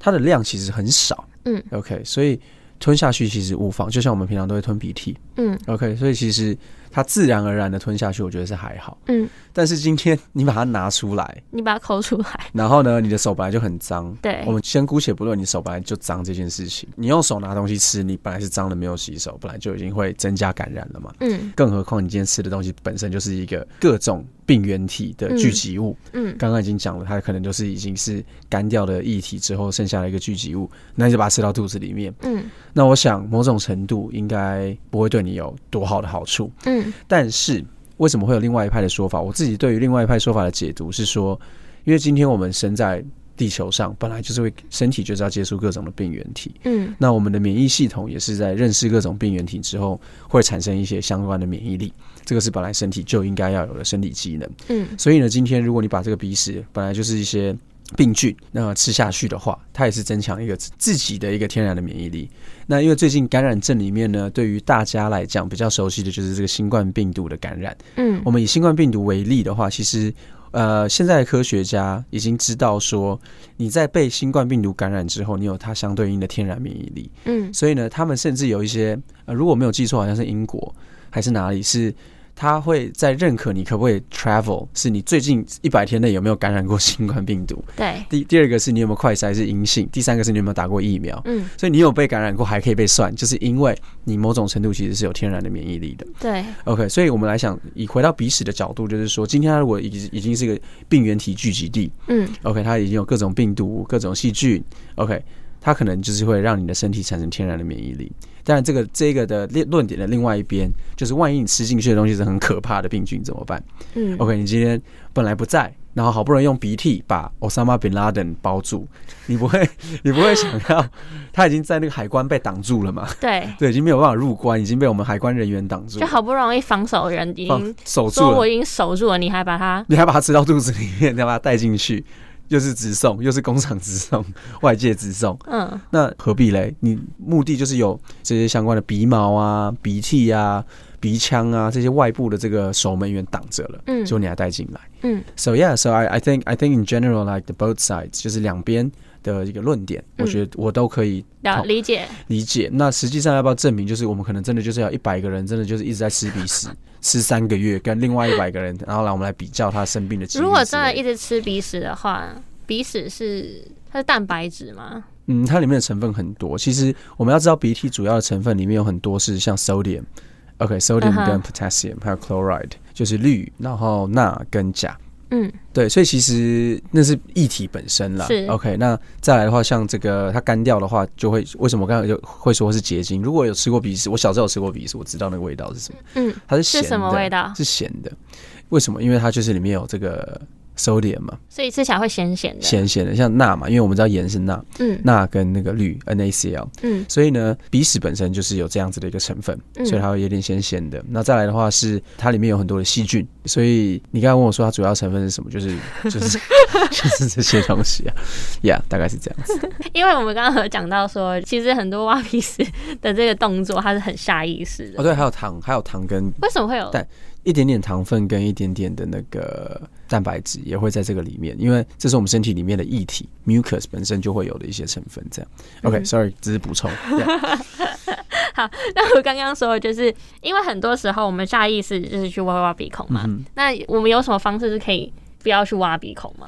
[SPEAKER 2] 它的量其实很少，
[SPEAKER 3] 嗯
[SPEAKER 2] ，OK，所以吞下去其实无妨，就像我们平常都会吞鼻涕
[SPEAKER 3] 嗯
[SPEAKER 2] ，OK，所以其实它自然而然的吞下去，我觉得是还好。
[SPEAKER 3] 嗯，
[SPEAKER 2] 但是今天你把它拿出来，
[SPEAKER 3] 你把它抠出来，
[SPEAKER 2] 然后呢，你的手本来就很脏，
[SPEAKER 3] 对
[SPEAKER 2] 我们先姑且不论你手本来就脏这件事情，你用手拿东西吃，你本来是脏的，没有洗手，本来就已经会增加感染了嘛。
[SPEAKER 3] 嗯
[SPEAKER 2] 更何况你今天吃的东西本身就是一个各种病原体的聚集物，
[SPEAKER 3] 嗯
[SPEAKER 2] 刚刚已经讲了，它可能就是已经是干掉的液体之后剩下的一个聚集物，那你就把它吃到肚子里面。
[SPEAKER 3] 嗯
[SPEAKER 2] 那我想某种程度应该不会对你有多好的好处，
[SPEAKER 3] 嗯
[SPEAKER 2] 但是为什么会有另外一派的说法？我自己对于另外一派说法的解读是说，因为今天我们身在地球上，本来就是会身体就是要接触各种的病原体，
[SPEAKER 3] 嗯
[SPEAKER 2] 那我们的免疫系统也是在认识各种病原体之后，会产生一些相关的免疫力，这个是本来身体就应该要有的生理机能。
[SPEAKER 3] 嗯
[SPEAKER 2] 所以呢，今天如果你把这个鼻屎本来就是一些病菌，那吃下去的话，它也是增强一个自自己的一个天然的免疫力。那因为最近感染症里面呢，对于大家来讲比较熟悉的就是这个新冠病毒的感染。
[SPEAKER 3] 嗯
[SPEAKER 2] 我们以新冠病毒为例的话，其实呃，现在的科学家已经知道说，你在被新冠病毒感染之后，你有它相对应的天然免疫力。
[SPEAKER 3] 嗯
[SPEAKER 2] 所以呢，他们甚至有一些，呃，如果没有记错，好像是英国还是哪里，是他会在认可你可不可以 travel，是你最近一百天内有没有感染过新冠病毒。 (laughs)
[SPEAKER 3] 对，
[SPEAKER 2] 第第二个是你有没有快筛是阴性，第三个是你有没有打过疫苗。
[SPEAKER 3] 嗯
[SPEAKER 2] 所以你有被感染过，还可以被算，就是因为你某种程度其实是有天然的免疫力的。
[SPEAKER 3] 对，
[SPEAKER 2] OK，所以我们来想，以回到鼻屎的角度，就是说，今天它如果已已经是一个病原体聚集地，
[SPEAKER 3] 嗯
[SPEAKER 2] OK，它已经有各种病毒、各种细菌，OK，它可能就是会让你的身体产生天然的免疫力。当然，这个这个的论论点的另外一边，就是万一你吃进去的东西是很可怕的病菌怎么办
[SPEAKER 3] 嗯
[SPEAKER 2] ？OK，你今天本来不在，然后好不容易用鼻涕把 Osama bin Laden 包住，你不会 (laughs) 你不会想要，他已经在那个海关被挡住了嘛？
[SPEAKER 3] 对，
[SPEAKER 2] 对，已经没有办法入关，已经被我们海关人员挡住
[SPEAKER 3] 就
[SPEAKER 2] 了，
[SPEAKER 3] 好不容易防守人已
[SPEAKER 2] 放
[SPEAKER 3] 经
[SPEAKER 2] 守住
[SPEAKER 3] 说
[SPEAKER 2] 了
[SPEAKER 3] 我。已经守住了，你还把它
[SPEAKER 2] 你还把它吃到肚子里面，再把它带进去，又是直送，又是工厂直送，外界直送，
[SPEAKER 3] 嗯
[SPEAKER 2] 那何必嘞？你目的就是有这些相关的鼻毛啊、鼻涕啊、鼻腔啊这些外部的这个守门员挡着了，
[SPEAKER 3] 嗯
[SPEAKER 2] 结果你还带进来。
[SPEAKER 3] 嗯
[SPEAKER 2] So yeah, so I I think I think in general like the both sides 就是两边的一个论点，我
[SPEAKER 3] 嗯
[SPEAKER 2] 觉得我都可以
[SPEAKER 3] 了
[SPEAKER 2] 好
[SPEAKER 3] 理解，
[SPEAKER 2] 理解。那实际上要不要证明，就是我们可能真的就是要一百个人，真的就是一直在吃鼻
[SPEAKER 3] (laughs)
[SPEAKER 2] 屎，吃三个月，跟另外一百个人，然后来我们来比较他生病的几率之类的。
[SPEAKER 3] 如果真的一直吃鼻屎的话，鼻屎是它是蛋白质吗？
[SPEAKER 2] 嗯，它里面的成分很多。其实我们要知道，鼻涕主要的成分里面有很多是像 sodium。OK，sodium、
[SPEAKER 3] 嗯哼
[SPEAKER 2] 跟 potassium，还有 chloride，就是氯，然后钠跟钾。
[SPEAKER 3] 嗯
[SPEAKER 2] 对，所以其实那是液体本身啦
[SPEAKER 3] 是。
[SPEAKER 2] OK，那再来的话，像这个它干掉的话，就会为什么我刚才就会说是结晶？如果有吃过鼻屎，我小时候有吃过鼻屎，我知道那个味道是什么，
[SPEAKER 3] 嗯，
[SPEAKER 2] 它是咸
[SPEAKER 3] 是
[SPEAKER 2] 的。
[SPEAKER 3] 什么味？道？
[SPEAKER 2] 是咸的。为什么？因为它就是里面有这个 sodium 嘛，
[SPEAKER 3] 所以吃起来会咸咸的。
[SPEAKER 2] 咸咸的，像钠嘛，因为我们知道盐是钠，
[SPEAKER 3] 嗯
[SPEAKER 2] 钠跟那个氯 NaCl。
[SPEAKER 3] 嗯
[SPEAKER 2] 所以呢，鼻屎本身就是有这样子的一个成分，
[SPEAKER 3] 嗯
[SPEAKER 2] 所以它会有点咸咸的。那再来的话是它里面有很多的细菌，所以你刚才问我说它主要成分是什么，就是就是 (laughs) 就是这些东西啊，Yeah，大概是这样子。
[SPEAKER 3] 因为我们刚刚有讲到说，其实很多挖鼻屎的这个动作，它是很下意识的。
[SPEAKER 2] 哦哦，对，还有糖，还有糖跟
[SPEAKER 3] 为什么会有
[SPEAKER 2] 蛋一点点糖分跟一点点的那个蛋白质也会在这个里面，因为这是我们身体里面的液体 mucus 本身就会有的一些成分。这样，OK，sorry，、只是
[SPEAKER 3] 嗯
[SPEAKER 2] 补充。Yeah，
[SPEAKER 3] (laughs)
[SPEAKER 2] (laughs)
[SPEAKER 3] 那我刚刚说，就是因为很多时候我们下意识就是去挖挖鼻孔嘛，
[SPEAKER 2] 嗯哼
[SPEAKER 3] 那我们有什么方式是可以不要去挖鼻孔吗？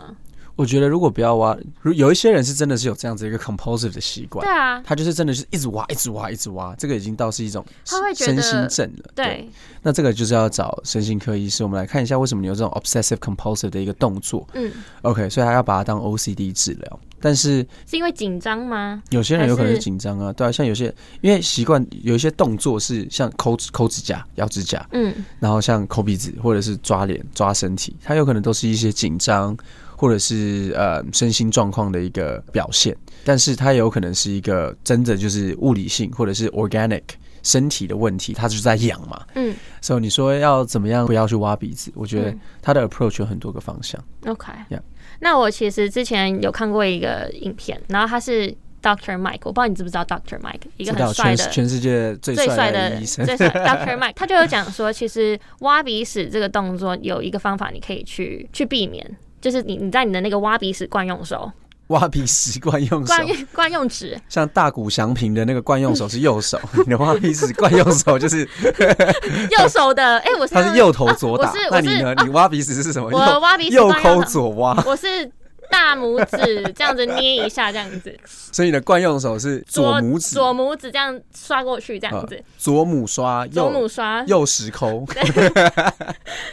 [SPEAKER 2] 我觉得如果不要挖，如有一些人是真的是有这样子一个 compulsive 的习惯
[SPEAKER 3] 对，啊，
[SPEAKER 2] 他就是真的是一直挖，一直挖，一直挖，这个已经到是一种
[SPEAKER 3] 他会觉
[SPEAKER 2] 身
[SPEAKER 3] 得
[SPEAKER 2] 心症了。
[SPEAKER 3] 对，
[SPEAKER 2] 那这个就是要找身心科医师，我们来看一下为什么你有这种 obsessive compulsive 的一个动作。
[SPEAKER 3] 嗯，
[SPEAKER 2] OK，所以他要把它当 OCD 治疗，但是
[SPEAKER 3] 是因为紧张吗？
[SPEAKER 2] 有些人有可能
[SPEAKER 3] 还
[SPEAKER 2] 是
[SPEAKER 3] 是
[SPEAKER 2] 紧张啊，对啊，像有些因为习惯有一些动作是像抠指抠指甲、咬指甲，
[SPEAKER 3] 嗯，
[SPEAKER 2] 然后像抠鼻子或者是抓脸、抓身体，它有可能都是一些紧张或者是呃身心状况的一个表现，但是它也有可能是一个真的就是物理性或者是 organic 身体的问题，它就是在痒嘛。
[SPEAKER 3] 嗯
[SPEAKER 2] 所以你说要怎么样不要去挖鼻子？我觉得
[SPEAKER 3] 嗯
[SPEAKER 2] 它的 approach 有很多个方向。
[SPEAKER 3] ，OK。
[SPEAKER 2] Yeah
[SPEAKER 3] 那我其实之前有看过一个影片，然后他是 Doctor Mike，我不知道你知不知道 Doctor Mike，一个
[SPEAKER 2] 知道
[SPEAKER 3] 很帅
[SPEAKER 2] 全
[SPEAKER 3] 的
[SPEAKER 2] 全世界最
[SPEAKER 3] 最
[SPEAKER 2] 帅
[SPEAKER 3] 帅
[SPEAKER 2] 的
[SPEAKER 3] 的
[SPEAKER 2] 医生，
[SPEAKER 3] 最帅 Doctor Mike，他就有讲说，其实挖鼻屎这个动作有一个方法，你可以去去避免，就是你你在你的那个挖鼻屎惯用手、
[SPEAKER 2] 挖鼻屎惯用手，
[SPEAKER 3] (laughs) 惯用惯用纸，
[SPEAKER 2] 像大谷翔平的那个惯用手是右
[SPEAKER 3] (laughs)
[SPEAKER 2] 手，你的挖鼻屎惯用手就是
[SPEAKER 3] 右手的，哎、我是
[SPEAKER 2] 他是右头左打
[SPEAKER 3] 啊我是，
[SPEAKER 2] 那
[SPEAKER 3] 我
[SPEAKER 2] 你
[SPEAKER 3] 是
[SPEAKER 2] 呢？
[SPEAKER 3] 啊
[SPEAKER 2] 你挖鼻屎是什么？
[SPEAKER 3] 我
[SPEAKER 2] 右
[SPEAKER 3] 挖鼻屎
[SPEAKER 2] 右
[SPEAKER 3] 惯
[SPEAKER 2] 抠
[SPEAKER 3] 用手，
[SPEAKER 2] 左挖，
[SPEAKER 3] 我是大拇指这样子捏一下，这样子，
[SPEAKER 2] 所以你的惯用手是 (laughs) 左拇指，
[SPEAKER 3] 左拇指这样刷过去，这样子，
[SPEAKER 2] 呃左母刷，
[SPEAKER 3] 左拇
[SPEAKER 2] 右
[SPEAKER 3] 刷，
[SPEAKER 2] 右食抠。 (laughs)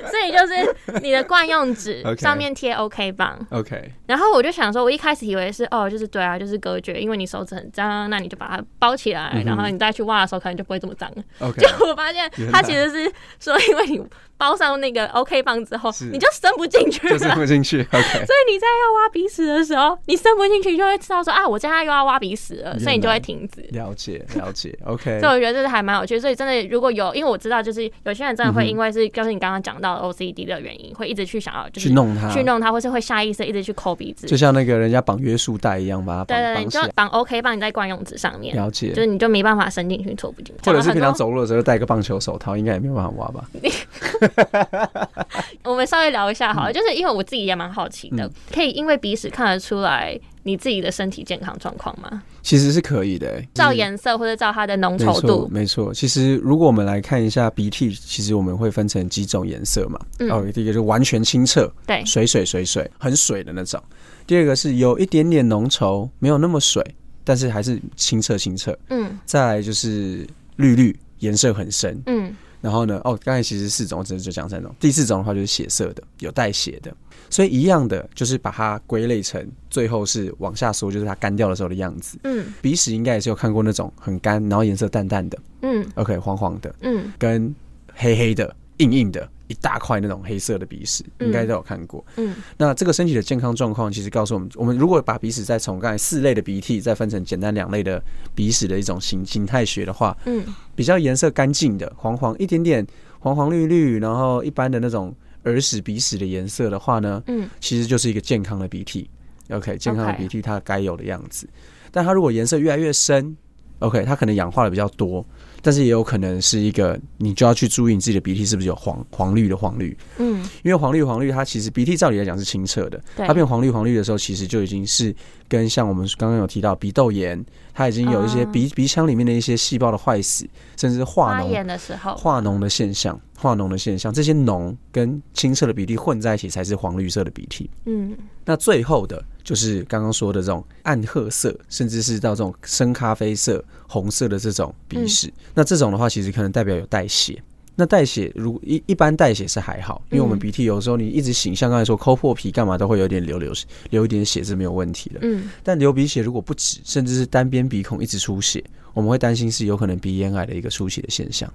[SPEAKER 3] 所以就是你的惯用纸
[SPEAKER 2] (laughs) OK
[SPEAKER 3] 上面贴 OK 棒。
[SPEAKER 2] OK，
[SPEAKER 3] (laughs) 然后我就想说，我一开始以为是哦，就是对啊，就是隔绝，因为你手指很脏，那你就把它包起来，
[SPEAKER 2] 嗯哼
[SPEAKER 3] 然后你再去挖的时候，可能就不会这么脏。
[SPEAKER 2] OK，
[SPEAKER 3] 就我发现
[SPEAKER 2] 原来
[SPEAKER 3] 它其实是说，因为你包上那个 OK 棒之后
[SPEAKER 2] 是，
[SPEAKER 3] 你就伸不进去了。
[SPEAKER 2] 就是不进
[SPEAKER 3] (laughs)
[SPEAKER 2] 去。OK，
[SPEAKER 3] 所以你在要挖鼻屎的时候，你伸不进去，就会知道说啊，我现在又要挖鼻屎了，
[SPEAKER 2] 原
[SPEAKER 3] 所以你就
[SPEAKER 2] 来
[SPEAKER 3] 会停止。
[SPEAKER 2] 了解了解。OK，
[SPEAKER 3] 所以我觉得这是还蛮有趣的，所以真的如果有，因为我知道就是有些人真的
[SPEAKER 2] 嗯
[SPEAKER 3] 会
[SPEAKER 2] 哼
[SPEAKER 3] 因为是就是你刚刚讲到的 OCD 的原因，会一直去想要就是
[SPEAKER 2] 去弄它，
[SPEAKER 3] 去弄它，或是会下意识一直去抠鼻子，
[SPEAKER 2] 嗯就像那个人家绑约束带一样，把它
[SPEAKER 3] 对对对，
[SPEAKER 2] 绑
[SPEAKER 3] 你
[SPEAKER 2] 绑
[SPEAKER 3] 就
[SPEAKER 2] 起来。
[SPEAKER 3] 绑 OK 棒，你在惯用纸上面，
[SPEAKER 2] 了
[SPEAKER 3] 就
[SPEAKER 2] 解。
[SPEAKER 3] 是你就没办法伸进去，戳不进去。
[SPEAKER 2] 或者是
[SPEAKER 3] 讲
[SPEAKER 2] 平
[SPEAKER 3] 了
[SPEAKER 2] 常
[SPEAKER 3] 很多，
[SPEAKER 2] 走路的时候戴个棒球手套，应该也没有办法挖吧？
[SPEAKER 3] 我们稍微聊一下好了，就是因为我自己也蛮好奇的，
[SPEAKER 2] 嗯
[SPEAKER 3] 可以因为鼻屎看得出来你自己的身体健康状况吗？
[SPEAKER 2] 其实是可以的、欸。
[SPEAKER 3] 照颜色或者照它的浓
[SPEAKER 2] 没
[SPEAKER 3] 稠
[SPEAKER 2] 错，
[SPEAKER 3] 度，
[SPEAKER 2] 没错。其实如果我们来看一下鼻涕，其实我们会分成几种颜色嘛。
[SPEAKER 3] 嗯哎
[SPEAKER 2] 哦，第一个就是完全清澈，
[SPEAKER 3] 对，
[SPEAKER 2] 水水水水，很水的那种；第二个是有一点点浓稠，没有那么水，但是还是清澈清澈。
[SPEAKER 3] 嗯
[SPEAKER 2] 再来就是绿绿，颜色很深。
[SPEAKER 3] 嗯
[SPEAKER 2] 然后呢，哦，刚才其实四种，我只是就讲三种。第四种的话就是血色的，有带血的。所以一样的，就是把它归类成最后是往下缩，就是它干掉的时候的样子。
[SPEAKER 3] 嗯
[SPEAKER 2] 鼻屎应该也是有看过那种很干，然后颜色淡淡的
[SPEAKER 3] 嗯
[SPEAKER 2] ，OK，黄黄的，
[SPEAKER 3] 嗯
[SPEAKER 2] 跟黑黑的、硬硬的一大块那种黑色的鼻屎，
[SPEAKER 3] 嗯
[SPEAKER 2] 应该都有看过。
[SPEAKER 3] 嗯
[SPEAKER 2] 那这个身体的健康状况，其实告诉我们，我们如果把鼻屎再从刚才四类的鼻涕再分成简单两类的鼻屎的一种形形态学的话，
[SPEAKER 3] 嗯
[SPEAKER 2] 比较颜色干净的黄黄一点点黄黄绿绿，然后一般的那种耳屎鼻屎的颜色的话呢，
[SPEAKER 3] 嗯
[SPEAKER 2] 其实就是一个健康的鼻涕。OK，健康的鼻涕它该有的样子。但它如果颜色越来越深，OK，它可能氧化的比较多，但是也有可能是一个你就要去注意你自己的鼻涕是不是有黄黄绿的黄绿，
[SPEAKER 3] 嗯，
[SPEAKER 2] 因为黄绿黄绿它其实鼻涕照理来讲是清澈的，
[SPEAKER 3] 对
[SPEAKER 2] 它变黄绿黄绿的时候，其实就已经是跟像我们刚刚有提到鼻窦炎，它已经有一些
[SPEAKER 3] 啊
[SPEAKER 2] 鼻、鼻腔里面的一些细胞的坏死，甚至化
[SPEAKER 3] 发
[SPEAKER 2] 脓
[SPEAKER 3] 炎的时候，
[SPEAKER 2] 化脓的现象，化脓的现象，这些脓跟清澈的鼻涕混在一起才是黄绿色的鼻涕。
[SPEAKER 3] 嗯
[SPEAKER 2] 那最后的就是刚刚说的这种暗褐色，甚至是到这种深咖啡色、红色的这种鼻屎。
[SPEAKER 3] 嗯
[SPEAKER 2] 那这种的话，其实可能代表有带血。那带血，如一一般带血是还好，因为我们
[SPEAKER 3] 嗯
[SPEAKER 2] 鼻涕有时候你一直擤，像刚才说抠破皮干嘛都会有点流流流一点血是没有问题的。
[SPEAKER 3] 嗯
[SPEAKER 2] 但流鼻血如果不止，甚至是单边鼻孔一直出血，我们会担心是有可能鼻咽癌的一个出血的现象，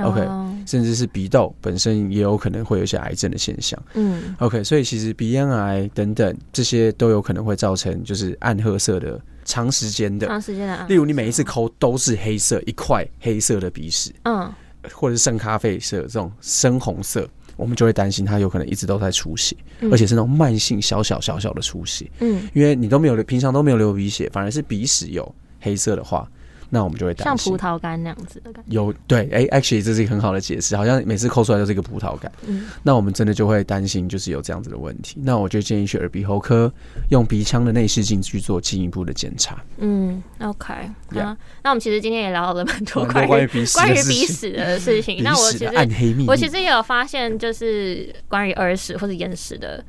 [SPEAKER 2] OK
[SPEAKER 3] 哦
[SPEAKER 2] 甚至是鼻窦本身也有可能会有一些癌症的现象。
[SPEAKER 3] 嗯
[SPEAKER 2] OK，所以其实鼻咽癌等等这些都有可能会造成就是暗褐色的长时间的，
[SPEAKER 3] 长时间的啊
[SPEAKER 2] 例，如你每一次抠都是黑色一块黑色的鼻屎，
[SPEAKER 3] 嗯
[SPEAKER 2] 或者是深咖啡色这种深红色，我们就会担心它有可能一直都在出血，
[SPEAKER 3] 嗯
[SPEAKER 2] 而且是那种慢性小小小小的出血，
[SPEAKER 3] 嗯
[SPEAKER 2] 因为你都没有流，平常都没有流鼻血，反而是鼻屎有黑色的话。那我们就会担
[SPEAKER 3] 像
[SPEAKER 2] 心
[SPEAKER 3] 葡。萄干那样子的感觉。
[SPEAKER 2] 有对，哎、a c t u a l l y 这是一个很好的解释，好像每次抠出来都是一个葡萄干。
[SPEAKER 3] 嗯，
[SPEAKER 2] 那我们真的就会担心，就是有这样子的问题。那我就建议去耳鼻喉科用鼻腔的内视镜去做进一步的检
[SPEAKER 3] (laughs)
[SPEAKER 2] 查。
[SPEAKER 3] 嗯，OK，好
[SPEAKER 2] Yeah
[SPEAKER 3] 啊，那我们其实今天也聊了蛮多
[SPEAKER 2] 蛮多
[SPEAKER 3] 关于
[SPEAKER 2] 关于鼻屎
[SPEAKER 3] 关于
[SPEAKER 2] 的事情
[SPEAKER 3] 鼻屎的事情。
[SPEAKER 2] 鼻
[SPEAKER 3] 那我
[SPEAKER 2] 屎
[SPEAKER 3] 其
[SPEAKER 2] 的
[SPEAKER 3] 实
[SPEAKER 2] 暗黑秘密，
[SPEAKER 3] 我其实也有发现，就是关于耳屎或者眼屎的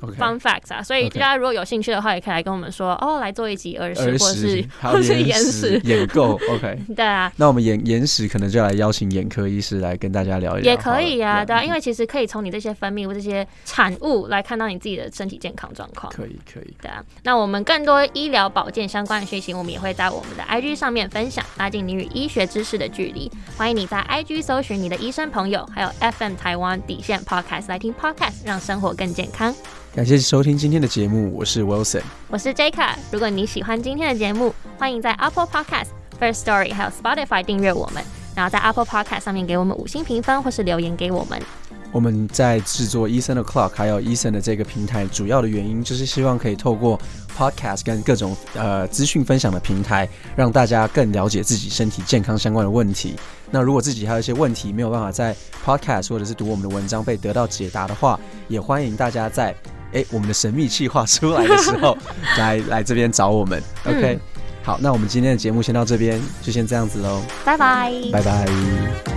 [SPEAKER 2] OK
[SPEAKER 3] fun facts 啊，所以
[SPEAKER 2] OK
[SPEAKER 3] 大家如果有兴趣的话，也可以来跟我们说哦，来做一集耳屎
[SPEAKER 2] 耳
[SPEAKER 3] 或
[SPEAKER 2] 屎
[SPEAKER 3] 是
[SPEAKER 2] 还有
[SPEAKER 3] 或 (laughs) 是眼
[SPEAKER 2] 屎
[SPEAKER 3] 屎，
[SPEAKER 2] 眼垢。OK，
[SPEAKER 3] 对啊，
[SPEAKER 2] 那我们眼眼屎可能就来邀请眼科医师来跟大家聊一聊，
[SPEAKER 3] 也可以
[SPEAKER 2] 好
[SPEAKER 3] 呀、
[SPEAKER 2] 了嗯
[SPEAKER 3] 对啊，因为其实可以从你这些分泌物、这些产物来看到你自己的身体健康状况。
[SPEAKER 2] 可以可以。
[SPEAKER 3] 对啊，那我们更多医疗保健相关的讯息，我们也会在我们的 IG 上面分享，拉近你与医学知识的距离。欢迎你在 IG 搜寻你的医生朋友，还有 FM 台湾底线 Podcast 来听 Podcast，让生活更健康。
[SPEAKER 2] 感谢收听今天的节目，我是 Wilson。
[SPEAKER 3] 我是 Jaka，如果你喜欢今天的节目，欢迎在 Apple Podcast、First Story 还有 Spotify 订阅我们，然后在 Apple Podcast 上面给我们五星评分或是留言给我们。
[SPEAKER 2] 我们在制作 Eason 的 Clock 还有 Eason 的这个平台，主要的原因就是希望可以透过 Podcast 跟各种呃资讯分享的平台，让大家更了解自己身体健康相关的问题。那如果自己还有一些问题没有办法在 Podcast 或者是读我们的文章被得到解答的话，也欢迎大家在诶我们的神秘计划出来的时候来来这边找我们。OK，、好，那我们今天的节目先到这边，就先这样子喽，
[SPEAKER 3] 拜拜。
[SPEAKER 2] 拜拜。